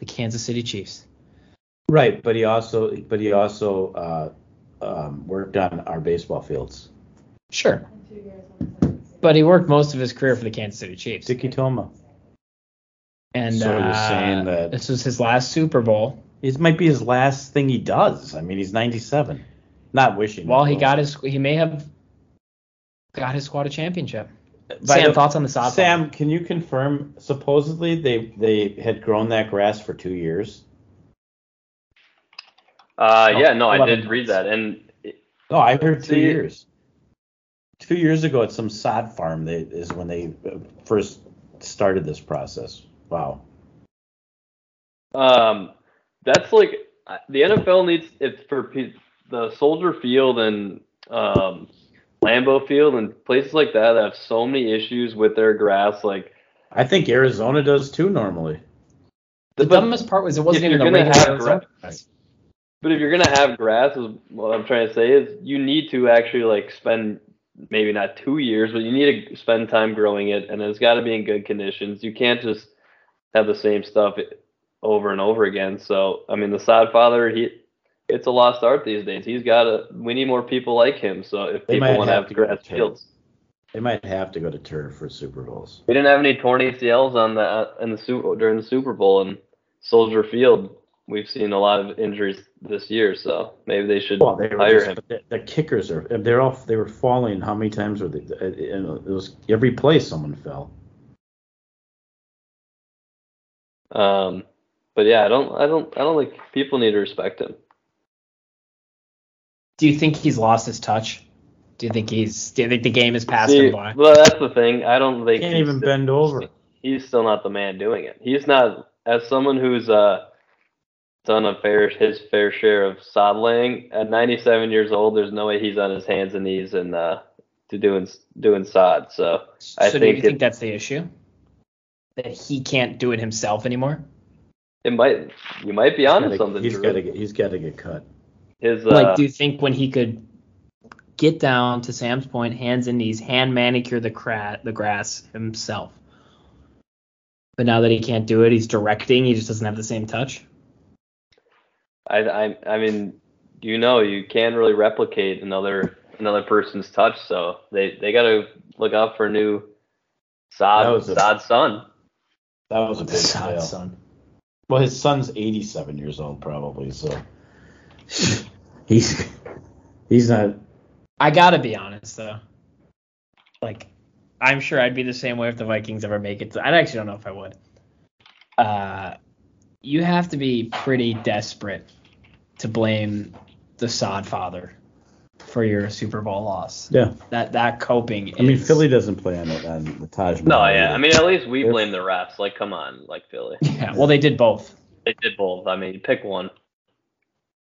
The Kansas City Chiefs. Right, but he also but he also uh, um, worked on our baseball fields. Sure. But he worked most of his career for the Kansas City Chiefs. Dicky Toma. And So you're uh, saying that- this was his last Super Bowl. This might be his last thing he does. I mean, he's 97. Not wishing. Well, it he was. got his. He may have got his squad a championship. By Sam, the- thoughts on the Sob? Sam, can you confirm? Supposedly they they had grown that grass for two years. Uh, Oh, yeah, no, I 11 did read that, and it- No, Oh, I heard two See- years. Two years ago at some sod farm they, is when they uh, first started this process. Wow. um, that's like uh, the NFL needs it's for pe- the Soldier Field and um, Lambeau Field and places like that that have so many issues with their grass. Like, I think Arizona does too normally. The but- dumbest part was it wasn't if even the you're gonna regular have Arizona. But if you're gonna have grass, is what I'm trying to say is you need to actually like spend maybe not two years, but you need to spend time growing it, and it's got to be in good conditions. You can't just have the same stuff over and over again. So I mean, the sod father, he it's a lost art these days. He's got to. We need more people like him. So if They people might want to have have to go grass to turf. fields, They might have to go to turf for Super Bowls. we didn't have any torn ACLs on the uh, in the Super during the Super Bowl and Soldier Field. We've seen a lot of injuries this year, so maybe they should Well, they were hire just- him. but the, the kickers are they're all they were falling. How many times were they? It, it was every play someone fell. Um, but yeah, I don't, I don't, I don't like people need to respect him. Do you think he's lost his touch? Do you think he's? Do you think the game has passed See, him by? well, that's the thing. I don't They think can't he's even still, bend over. he's still not the man doing it. He's not as someone who's uh done a fair his fair share of sod laying. At 97 years old, there's no way he's on his hands and knees and uh to doing doing sod. So I so do you think think it- that's the issue? That he can't do it himself anymore? it might you might be onto He's gotta- something. He's Drew. got to get he's got to get cut. his uh, like, do you think when he could get down to Sam's point, hands and knees, hand manicure the cra- the grass himself? But now that he can't do it, he's directing. He just doesn't have the same touch. I, I I mean, you know, you can't really replicate another another person's touch, so they they got to look out for a new That sod was a- sod son. That was a big Sod fail. son. Well, his son's 87 years old probably, so he's he's not. I gotta be honest though. Like, I'm sure I'd be the same way if the Vikings ever make it. To, I actually don't know if I would. Uh, you have to be pretty desperate to blame the sod father for your Super Bowl loss. Yeah, That that coping. I mean is- Philly doesn't play on, the- on the Taj Mahal. No, yeah, either. I mean, at least we They're- blame the refs. Like, come on, like Philly, Yeah. Well, they did both. they did both. I mean, pick one.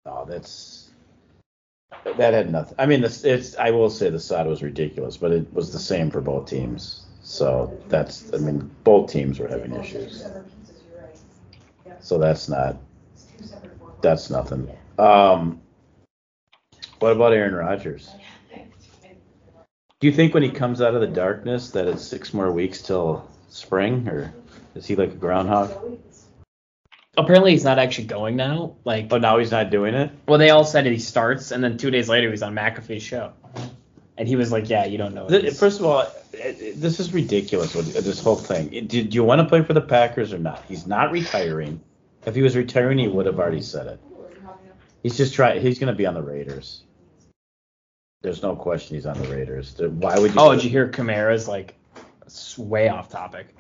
no, Oh, that's that had nothing. I mean, this it's. I will say the side was ridiculous, but it was the same for both teams. So that's. I mean, both teams were having issues. So that's not. That's nothing. Um. What about Aaron Rodgers? Do you think when he comes out of the darkness that it's six more weeks till spring, or is he like a groundhog? Apparently, he's not actually going now. Like, But now he's not doing it. well, they all said he starts, and then two days later, he's on McAfee's show, and he was like, "Yeah, you don't know." what it Th- is." First of all, it- it- this is ridiculous. What, this whole thing. It- Did you want to play for the Packers or not? He's not retiring. If he was retiring, he would have already said it. He's just trying. He's going to be on the Raiders. There's no question he's on the Raiders. There- Why would you? Oh, did you hear Kamara's like s- way off topic?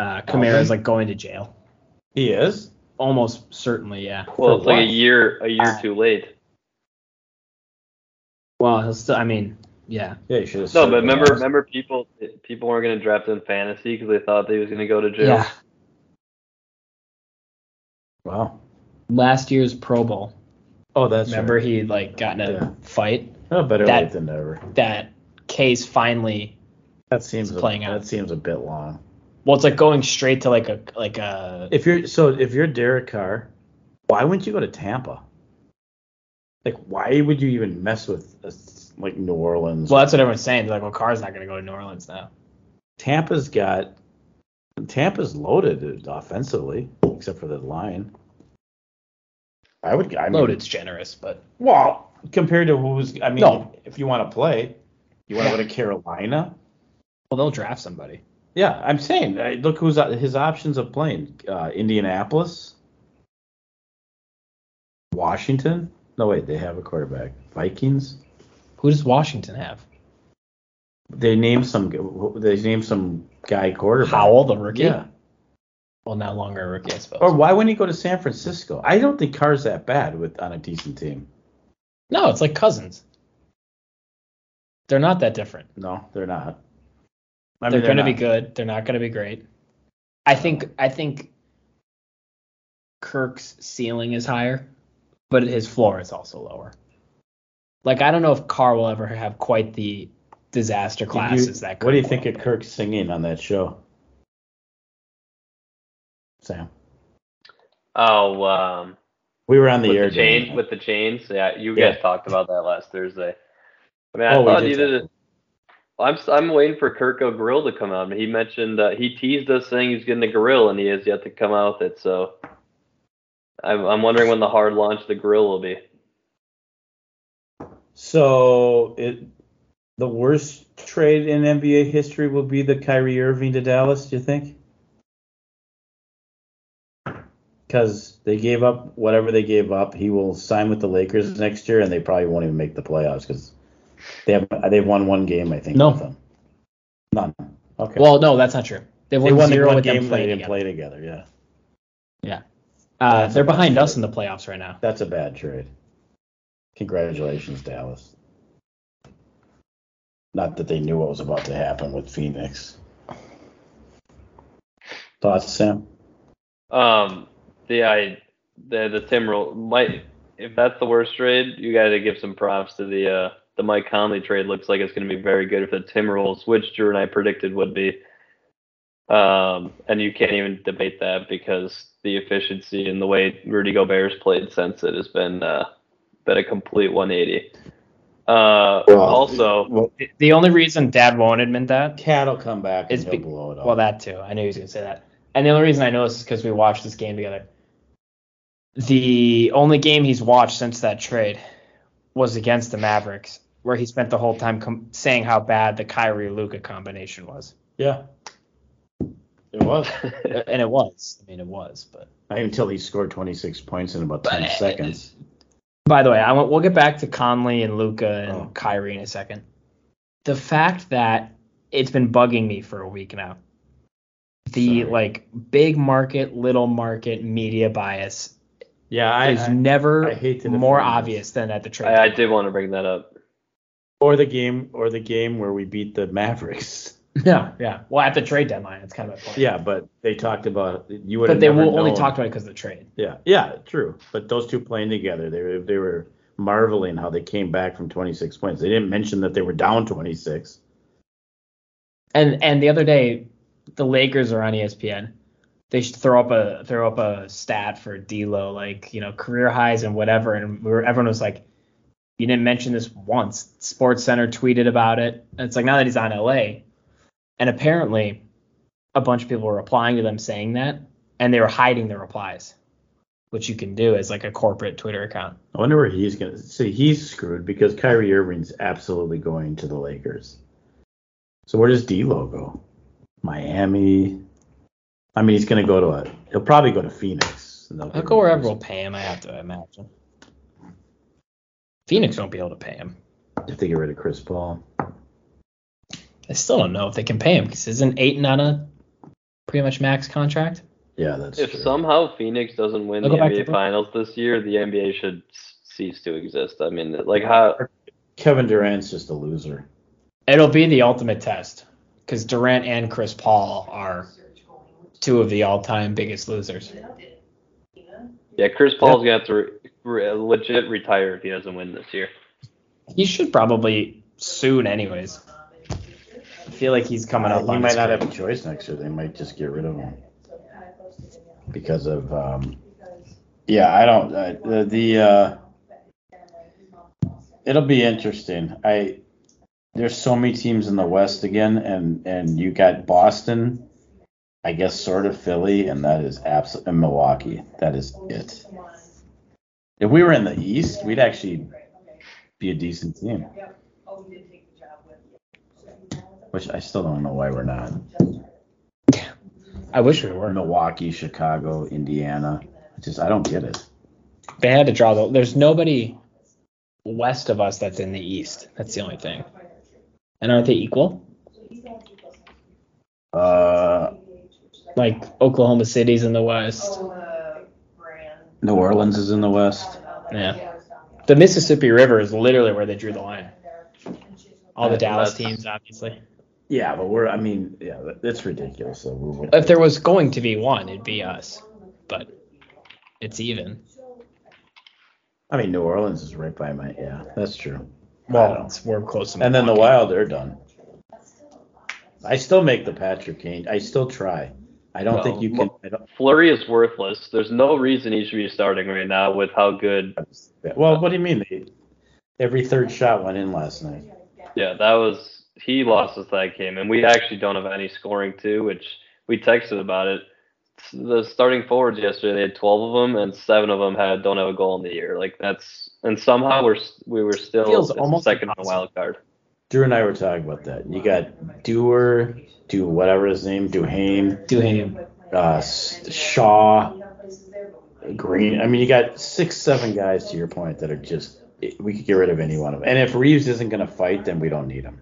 Uh Kamara's like going to jail. He is. Almost certainly, yeah. For Well, it's like a what? year a year Ah. too late. Well, he'll still I mean, yeah. Yeah, you should have. No, said but remember, that. remember, people people weren't gonna draft in fantasy because they thought they was gonna go to jail. Yeah. Wow. Last year's Pro Bowl. Oh, that's remember Right. he like got in a Yeah. fight? Oh, better that- late than never. That case finally That seems a, playing out. That seems a bit long. well it's like going straight to like a like a If you're so if you're Derek Carr, why wouldn't you go to Tampa? Like why would you even mess with a s like New Orleans? well that's what everyone's saying. They're like, well Carr's not gonna go to New Orleans now. Tampa's got Tampa's loaded offensively, except for the line. I would I mean, Loaded's generous, but Well, compared to who's I mean No. if you want to play, you want to go to Carolina? well they'll draft somebody. Yeah, I'm uh, saying I, look who's his options of playing uh, Indianapolis. Washington? No, wait, they have a quarterback. Vikings? Who does Washington have? They named some. They named some guy quarterback. Howell, the rookie. Yeah. Well, no longer a rookie, I suppose. Or why wouldn't he go to San Francisco? I don't think Carr's that bad with on a decent team. no, it's like cousins. They're not that different. No, they're not. they're, going to not. be good. They're not going to be great. I think I think Kirk's ceiling is higher, but his floor is also lower. Like I don't know if Carr will ever have quite the disaster Did you- classes that. What do you Kirk think will, of but- Kirk singing on that show? Sam, Oh, um, we were on the air. with the during chain that. with the chains. Yeah, you Yeah. guys talked about that last Thursday. I mean, I Oh, we thought did you did talk. it. I'm s- I'm waiting for Kirk O'Grill to come out. He mentioned uh, he teased us saying he's getting a grill, and he has yet to come out with it. So I'm I'm wondering when the hard launch of the grill will be. So it, the worst trade in NBA history will be the Kyrie Irving to Dallas. Do you think? Because they gave up whatever they gave up, he will sign with the Lakers next year, and they probably won't even make the playoffs because they have they've won one game I think. No. with them. none. Okay. Well, no, that's not true. They won, they won the zero one with game them they playing. didn't again. play together. Yeah, Uh, they're behind us in the playoffs right now. that's a bad trade. Congratulations, Dallas. Not that they knew what was about to happen with Phoenix. Thoughts, Sam? Um, the I the the Tim roll might if that's the worst trade, you got to give some props to the uh the Mike Conley trade. Looks like it's going to be very good for the Tim rolls, which Drew and I predicted would be. Um, and you can't even debate that because the efficiency and the way Rudy Gobert's played since it has been uh been a complete 180. Uh, Well, also, Well, The- The only reason Dad won't admit that Cat will come back and It's he'll be- blow it up. Well, that too. I knew he was going to say that. And the only reason I know this is because we watched this game together. The only game he's watched since that trade was against the Mavericks, where he spent the whole time com- saying how bad the Kyrie Luca combination was, yeah, it was. and it was. I mean, it was. But Until he scored 26 points in about But- 10 seconds. by the way, I want, we'll get back to Conley and Luca and Oh. Kyrie in a second. The fact that it's been bugging me for a week now. The Sorry. like big market, little market media bias Yeah, is never I hate to more defend this. obvious than at the trade. I, I deadline. did want to bring that up. or the game, or the game where we beat the Mavericks. No, yeah. Well, at the trade deadline, that's kind of my point. Yeah, but they talked about you would. but have they never will only known. talk about it because of the trade. Yeah, yeah, true. But those two playing together, they were, they were marveling how they came back from 26 points. They didn't mention that they were down 26. And and the other day, the Lakers are on E ESPN. They should throw up a throw up a stat for D'Lo, like you know career highs and whatever. And we were, everyone was like, "You didn't mention this once." Sports Center tweeted about it. And it's like now that he's on LA, and apparently, a bunch of people were replying to them saying that, and they were hiding their replies, which you can do as like a corporate Twitter account. I wonder where he's gonna. See, he's screwed because Kyrie Irving's absolutely going to the Lakers. So where does D'Lo go? Miami. I mean, he's gonna go to a. He'll probably go to Phoenix. and they'll He'll give go him- wherever will pay him, I have to imagine. Phoenix won't be able to pay him. If they get rid of Chris Paul. I still don't know if they can pay him because isn't Aiton on a pretty much max contract? Yeah, that's If true. somehow Phoenix doesn't win I'll the go back to NBA Brooklyn. Finals this year, the NBA should s- cease to exist. I mean, like how Kevin Durant's just a loser. It'll be the ultimate test because Durant and Chris Paul are two of the all time biggest losers. yeah, Chris Paul's gonna have to re- re- legit retire if he doesn't win this year. He should probably soon, anyways. I feel like he's coming up Uh, He on might his not career. have a choice next year. They might just get rid of him because of. Um, yeah, I don't. Uh, the the uh, it'll be interesting. I there's so many teams in the West again, and and you got Boston, I guess, sort of Philly, and that is absolutely and Milwaukee. That is it. If we were in the East, we'd actually be a decent team, which I still don't know why we're not. I wish we were. Milwaukee, Chicago, Indiana. Just I don't get it. They had to draw the. There's nobody west of us that's in the east. That's the only thing. And aren't they equal? Uh, Like Oklahoma City's in the west. Oh, the brand. New Orleans is in the west. Yeah. The Mississippi River is literally where they drew the line. All the Dallas teams, obviously. Yeah, but we're. I mean, yeah, that- that's ridiculous. that we're- If there was going to be one, it'd be us. But it's even. I mean, New Orleans is right by my. Yeah, that's true. I Well, don't- it's, we're close to and then the Milwaukee. Wild, they're done. I still make the Patrick Kane. I still try. I don't think Well, you can. I don't, Flurry is worthless. There's no reason he should be starting right now with how good. well, what do you mean? They, every third shot went in last night. Yeah, that was he lost us that game, and we actually don't have any scoring too, which we texted about it. The starting forwards yesterday, they had 12 of them, and seven of them had don't have a goal in the year. Like that's and somehow we're s- we were still Feels it's almost second in the impossible. wild card. Drew and I were talking about that. You got Dewar, do whatever his name, Duhame, Duhame. uh, S- Shaw, Green. I mean, you got six, seven guys to your point that are just. We could get rid of any one of them. And if Reeves isn't going to fight, then we don't need him.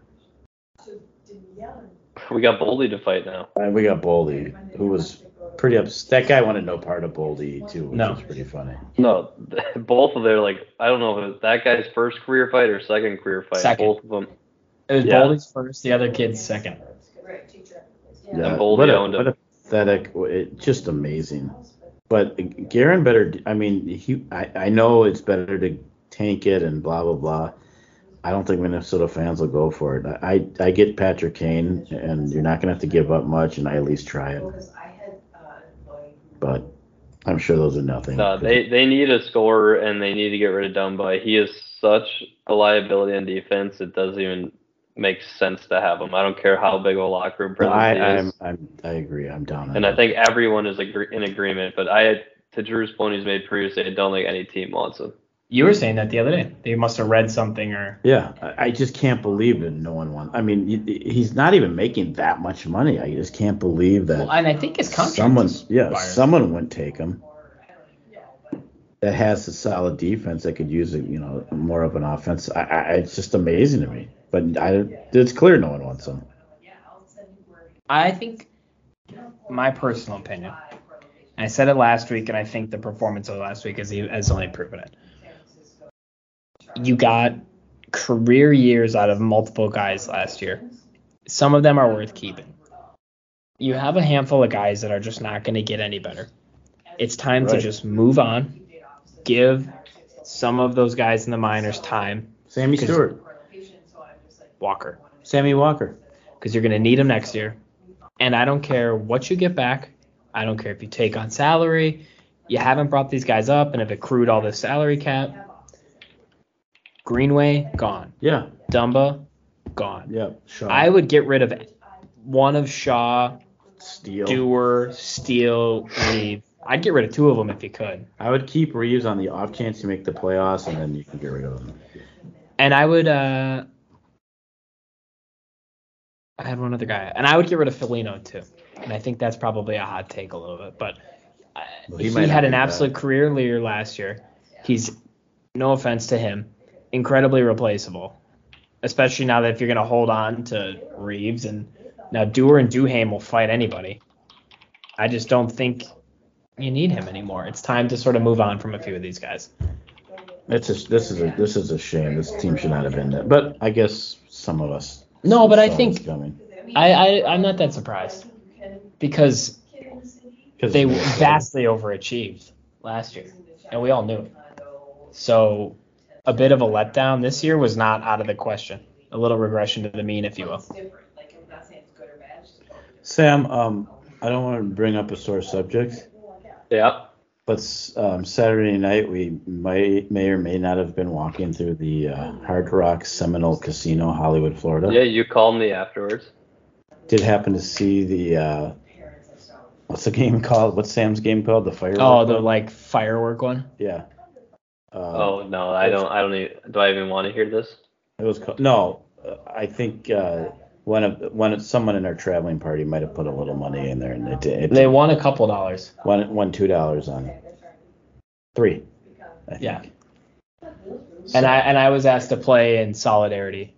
We got Boldy to fight now. And Uh, we got Boldy, who was pretty ups. That guy wanted no part of Boldy too, which No. was pretty funny. No, both of their like I don't know if it was that guy's first career fight or second career fight. Second. Both of them. It was Yeah. Boldy's first, the other kid's second. Right, teacher. Yeah. Boldy what a, owned him. what a pathetic, it, just amazing. But Garen better. I mean, he. I, I know it's better to tank it and blah blah blah. I don't think Minnesota fans will go for it. I I get Patrick Kane, and you're not gonna have to give up much, and I at least try it. Because I had, uh, an employee who- But I'm sure those are nothing. No, they they need a scorer and they need to get rid of Dumba. He is such a liability on defense. It doesn't even make sense to have him. I don't care how big a locker room No, presence I, he I'm, is. I'm I agree. I'm down. on And I that. think everyone is agree- in agreement. But I, to Drew's point, he's made previously, I don't think any team wants him. You were saying that the other day. They must have read something or. Yeah, I, I just can't believe that no one won. I mean, he- he's not even making that much money. I just can't believe that Well, and I think his contract. someone, yeah, expires. someone wouldn't take him that has a solid defense that could use, a, you know, more of an offense. I, I, it's just amazing to me. But I, it's clear no one wants him. I think my personal opinion. I said it last week, and I think the performance of last week has, has only proven it. You got career years out of multiple guys last year. Some of them are worth keeping. You have a handful of guys that are just not going to get any better. It's time to Right. just move on, give some of those guys in the minors time. Sammy Because- Stewart, Walker, Sammy Walker. because you're going to need him next year. And I don't care what you get back. I don't care if you take on salary. You haven't brought these guys up and have accrued all this salary cap. Greenway, gone. Yeah, Dumba, gone. yeah. Shaw, I would get rid of one of Shaw, Steele. Dewar, Steele, Reeve. I'd get rid of two of them if you could. I would keep Reeves on the off chance you make the playoffs, and then you can get rid of him. And I would uh I had one other guy. And I would get rid of Felino too. And I think that's probably a hot take a little bit, but uh, Well, he he, might not had be an bad. absolute career leader last year. He's no offense to him, incredibly replaceable. Especially now that if you're going to hold on to Reeves and now Dewar and Duham will fight anybody. I just don't think you need him anymore. It's time to sort of move on from a few of these guys. It's a, this is a this is a shame. This team should not have been there. But I guess some of us. No, but I saw think- this coming. I, I I'm not that surprised because they vastly overachieved last year, and we all knew it. So a bit of a letdown this year was not out of the question. A little regression to the mean, if you will. Sam, um, I don't want to bring up a sore subject, Yeah. but um, Saturday night we may may or may not have been walking through the uh, Hard Rock Seminole Casino, Hollywood, Florida. Yeah, you called me afterwards. Did happen to see the uh, what's the game called? What's Sam's game called? The firework. Oh, the like firework one. yeah. Uh, Oh no, I don't. I don't. Even, do I even want to hear this? It was called, no. uh, I think uh, one of one of someone in our traveling party might have put a little money in there, and it did. It They won a couple dollars. won, won two dollars on it. Three. I think. Yeah. And I and I was asked to play in solidarity.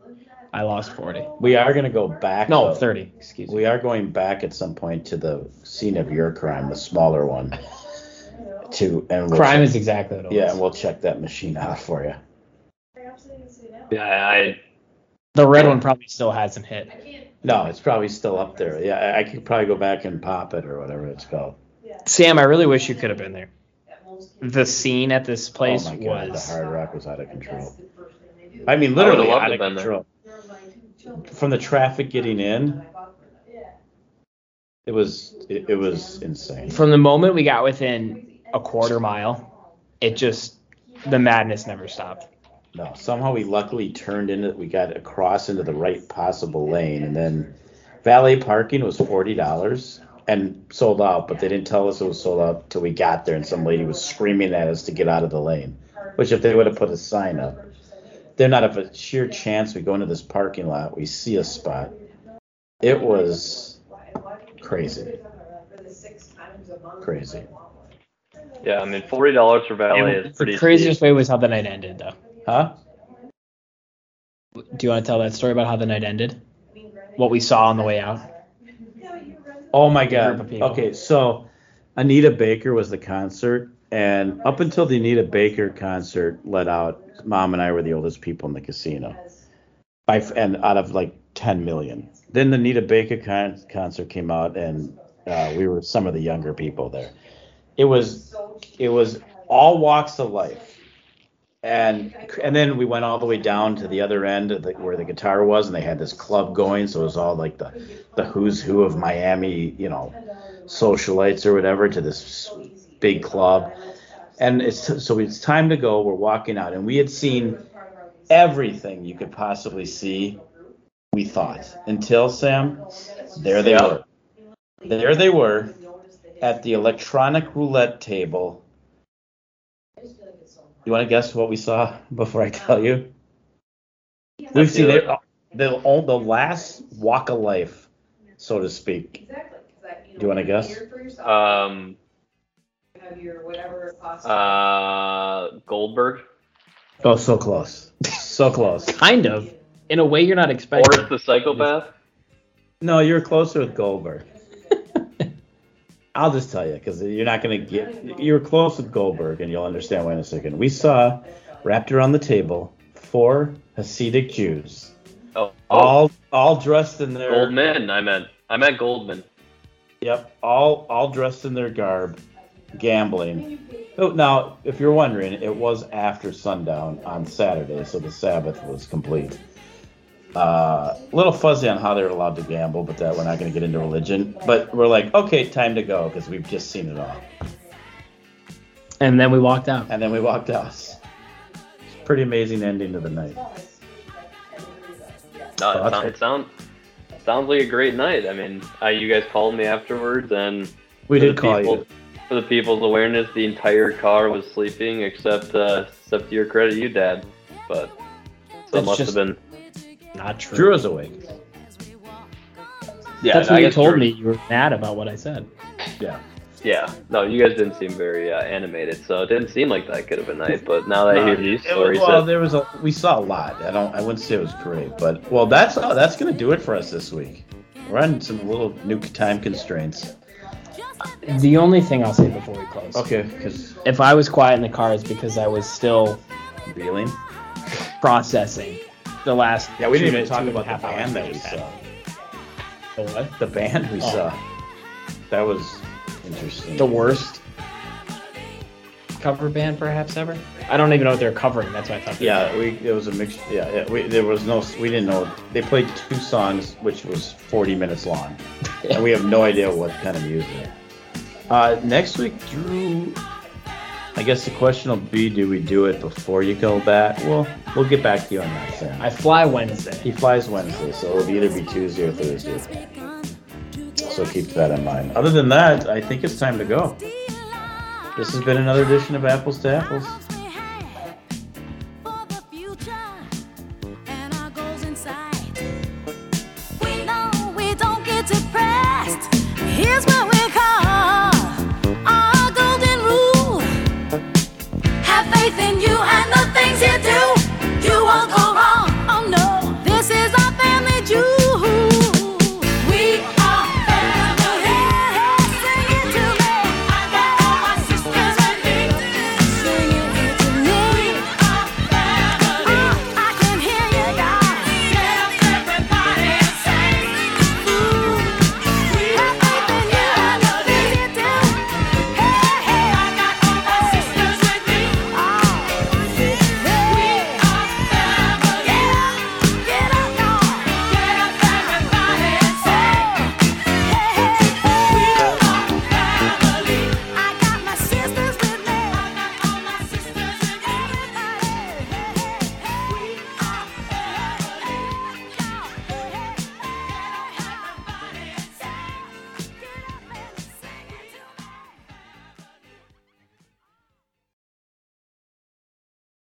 I lost 40. We are going to go back. No, though. 30. Excuse me. We are going back at some point to the scene of your crime, the smaller one. To and we'll Crime check- is exactly what it yeah, was. and we'll check that machine out for you. Yeah, I The red one probably still hasn't hit. I can't, No, it's probably still up there. Yeah, I, I could probably go back and pop it or whatever it's called. Oh yeah, Sam, I really wish you could have been there. that most. The scene at this place oh my God, was the Hard Rock was out of control. That's the first thing they do. I mean, literally loved out to of been there. control. They're my two children. From the traffic getting in, I bought for them. Yeah. it was it, it was insane. from the moment we got within a quarter mile, it just the madness never stopped. No, somehow we luckily turned into we got across into the right possible lane, and then valet parking was forty dollars and sold out, but they didn't tell us it was sold out till we got there, and some lady was screaming at us to get out of the lane. Which if they would have put a sign up, they're not of a sheer chance we go into this parking lot, we see a spot. It was crazy. For the six times a month. Crazy. like, wow. yeah, I mean forty dollars for valet It- is pretty the craziest steep. way was how the night ended, though. Huh? Do you want to tell that story about how the night ended? What we saw on the way out? Oh my group of god. people. Okay, so Anita Baker was the concert, and up until the Anita Baker concert let out, mom and I were the oldest people in the casino. By f- and out of like 10 million. Then the Anita Baker con- concert came out, and uh, we were some of the younger people there. It was it was all walks of life, and and then we went all the way down to the other end of the, where the guitar was, and they had this club going, so it was all like the the who's who of Miami, you know, socialites or whatever to this big club. And it's so it's time to go. We're walking out, and we had seen everything you could possibly see. We thought until Sam, there they were. There they were at the electronic roulette table. You want to guess what we saw before I tell you? We've seen it, the all the last walk of life, so to speak. Exactly. 'cause I- Do you wanna know, guess? you're for yourself, Um you Have your whatever cost. uh Goldberg. Oh, so close, so close. Kind of. In a way you're not expecting. Boris the psychopath. No, you're closer with Goldberg. I'll just tell you because you're not gonna get. You're close with Goldberg, and you'll understand why in a second. We saw wrapped around the table four Hasidic Jews, Oh, oh all all dressed in their Goldman, I meant I meant Goldman. Yep, all all dressed in their garb, gambling. Oh, now, if you're wondering, it was after sundown on Saturday, so the Sabbath was complete. A uh, little fuzzy on how they're allowed to gamble, but that we're not going to get into religion. But we're like, okay, time to go because we've just seen it all. And then we walked out. And then we walked out. It's a pretty amazing ending to the night. No, Uh, it, Fuck. sound, it sound it sounds like a great night. I mean, I, you guys called me afterwards, and We for did the call people, you. For the people's awareness, the entire car was sleeping, except uh, except to your credit, you dad. But so it That's must just- have been. Not true. Drew was awake. Yeah, That's what I you guess told you're- me. You were mad about what I said. Yeah. Yeah, no, you guys didn't seem very uh, animated, so it didn't seem like that good of a night. But now that I hear these It was- stories, well, that- there was a we saw a lot. I don't. I wouldn't say it was great, but well, that's all. That's gonna do it for us this week. We're on some little new time constraints. The only thing I'll say before we close. Okay, because If I was quiet in the car, it's because I was still reeling. processing the last. Yeah, we didn't two even to- talk two and a about the half hours band that we just had. saw. The what? The band we Oh. saw. That was interesting. The worst cover band perhaps ever. I don't even know what they're covering. That's why I thought. they Yeah, were- we it was a mix. Yeah, yeah we, there was no. We didn't know. They played two songs, which was 40 minutes long, and we have no idea what kind of music. Uh, next week, Drew. I guess the question will be: Do we do it before you go back? Well, we'll get back to you on that, Sam. I fly Wednesday. he flies Wednesday, so it'll either be Tuesday or Thursday. So keep that in mind. Other than that, I think it's time to go. This has been another edition of Apples to Apples.